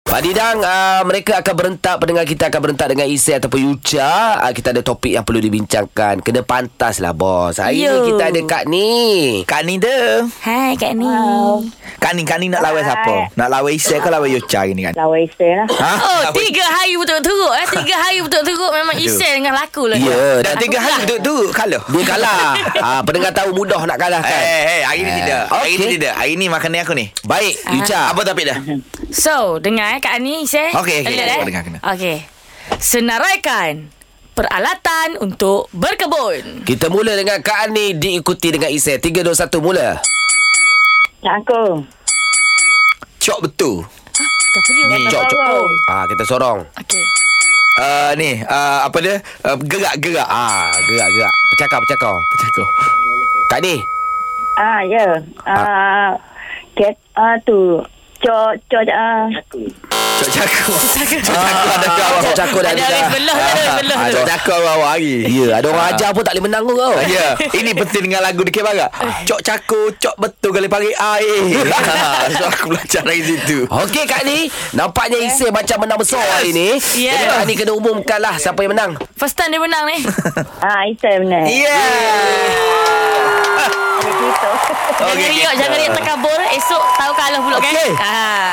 Pak Didang, uh, mereka akan berentak, pendengar kita akan berentak dengan Isi ataupun Yucha. Uh, kita ada topik yang perlu dibincangkan. Kena pantas lah, bos. Hari Yo. ni kita ada Kak Ni. Kak ni dah. Hai Kak Ni. Kak ni, Kak ni nak lawan siapa? Nak lawan Isya ke lawan Yocha ni kan? Lawa Esther lah Ha? Oh, Lawan- tiga hari betul-betul eh. Tiga hari betul-betul memang Isel dengan laku lah. Ya, Dah tiga hari duduk tu kalah. Dia kalah. uh, pendengar tahu mudah nak kalah Eh, kan? eh, eh, hari ni Eh, tidak. Hari ni okey. tidak. Hari ni makanan aku ni. Baik, Yucha. Apa topik dah? So, dengar eh Kak Ni Isel. Okey, okey, Dengar, okey, eh? dengar, dengar. Okey. Senaraikan peralatan untuk berkebun. Kita mula dengan Kak Ni diikuti dengan Isi. 3, 2, 1, mula. Nak aku Cok betul. Tak perlu. Cok, cok. Sorong. Ah, kita sorong. Okey. Uh, ni, uh, apa dia? Uh, gerak-gerak. Ah, Ah, gerak, gerak. Bercakap, bercakap. macam tu. Kak Ni. Ah ya Ah Cat ah tu Cok Cok ah Cok cakap. Cakap ada kawan. Cok cakap dah. Ada habis Ada belah, ada habis belah. ah, Cok cakap awal hari. Ya, ada orang ajar pun tak boleh menang pun kau. Ah, Eh, Ya, ini penting dengan lagu Dikit Barat. Cok cakku, cok betul kali pagi air. Ha, so aku belajar dari situ. Okey Kak Ni Nampaknya Isay macam menang besar hari ni Ya. Yes. Jadi Kak Ni kena umumkan lah Siapa yang menang First time dia menang ni. Ah Esther benar Yeah. Ada kita Jangan riak, jangan riak terkabur. Esok eh. tahu kalah pula kan. Okey. Ah.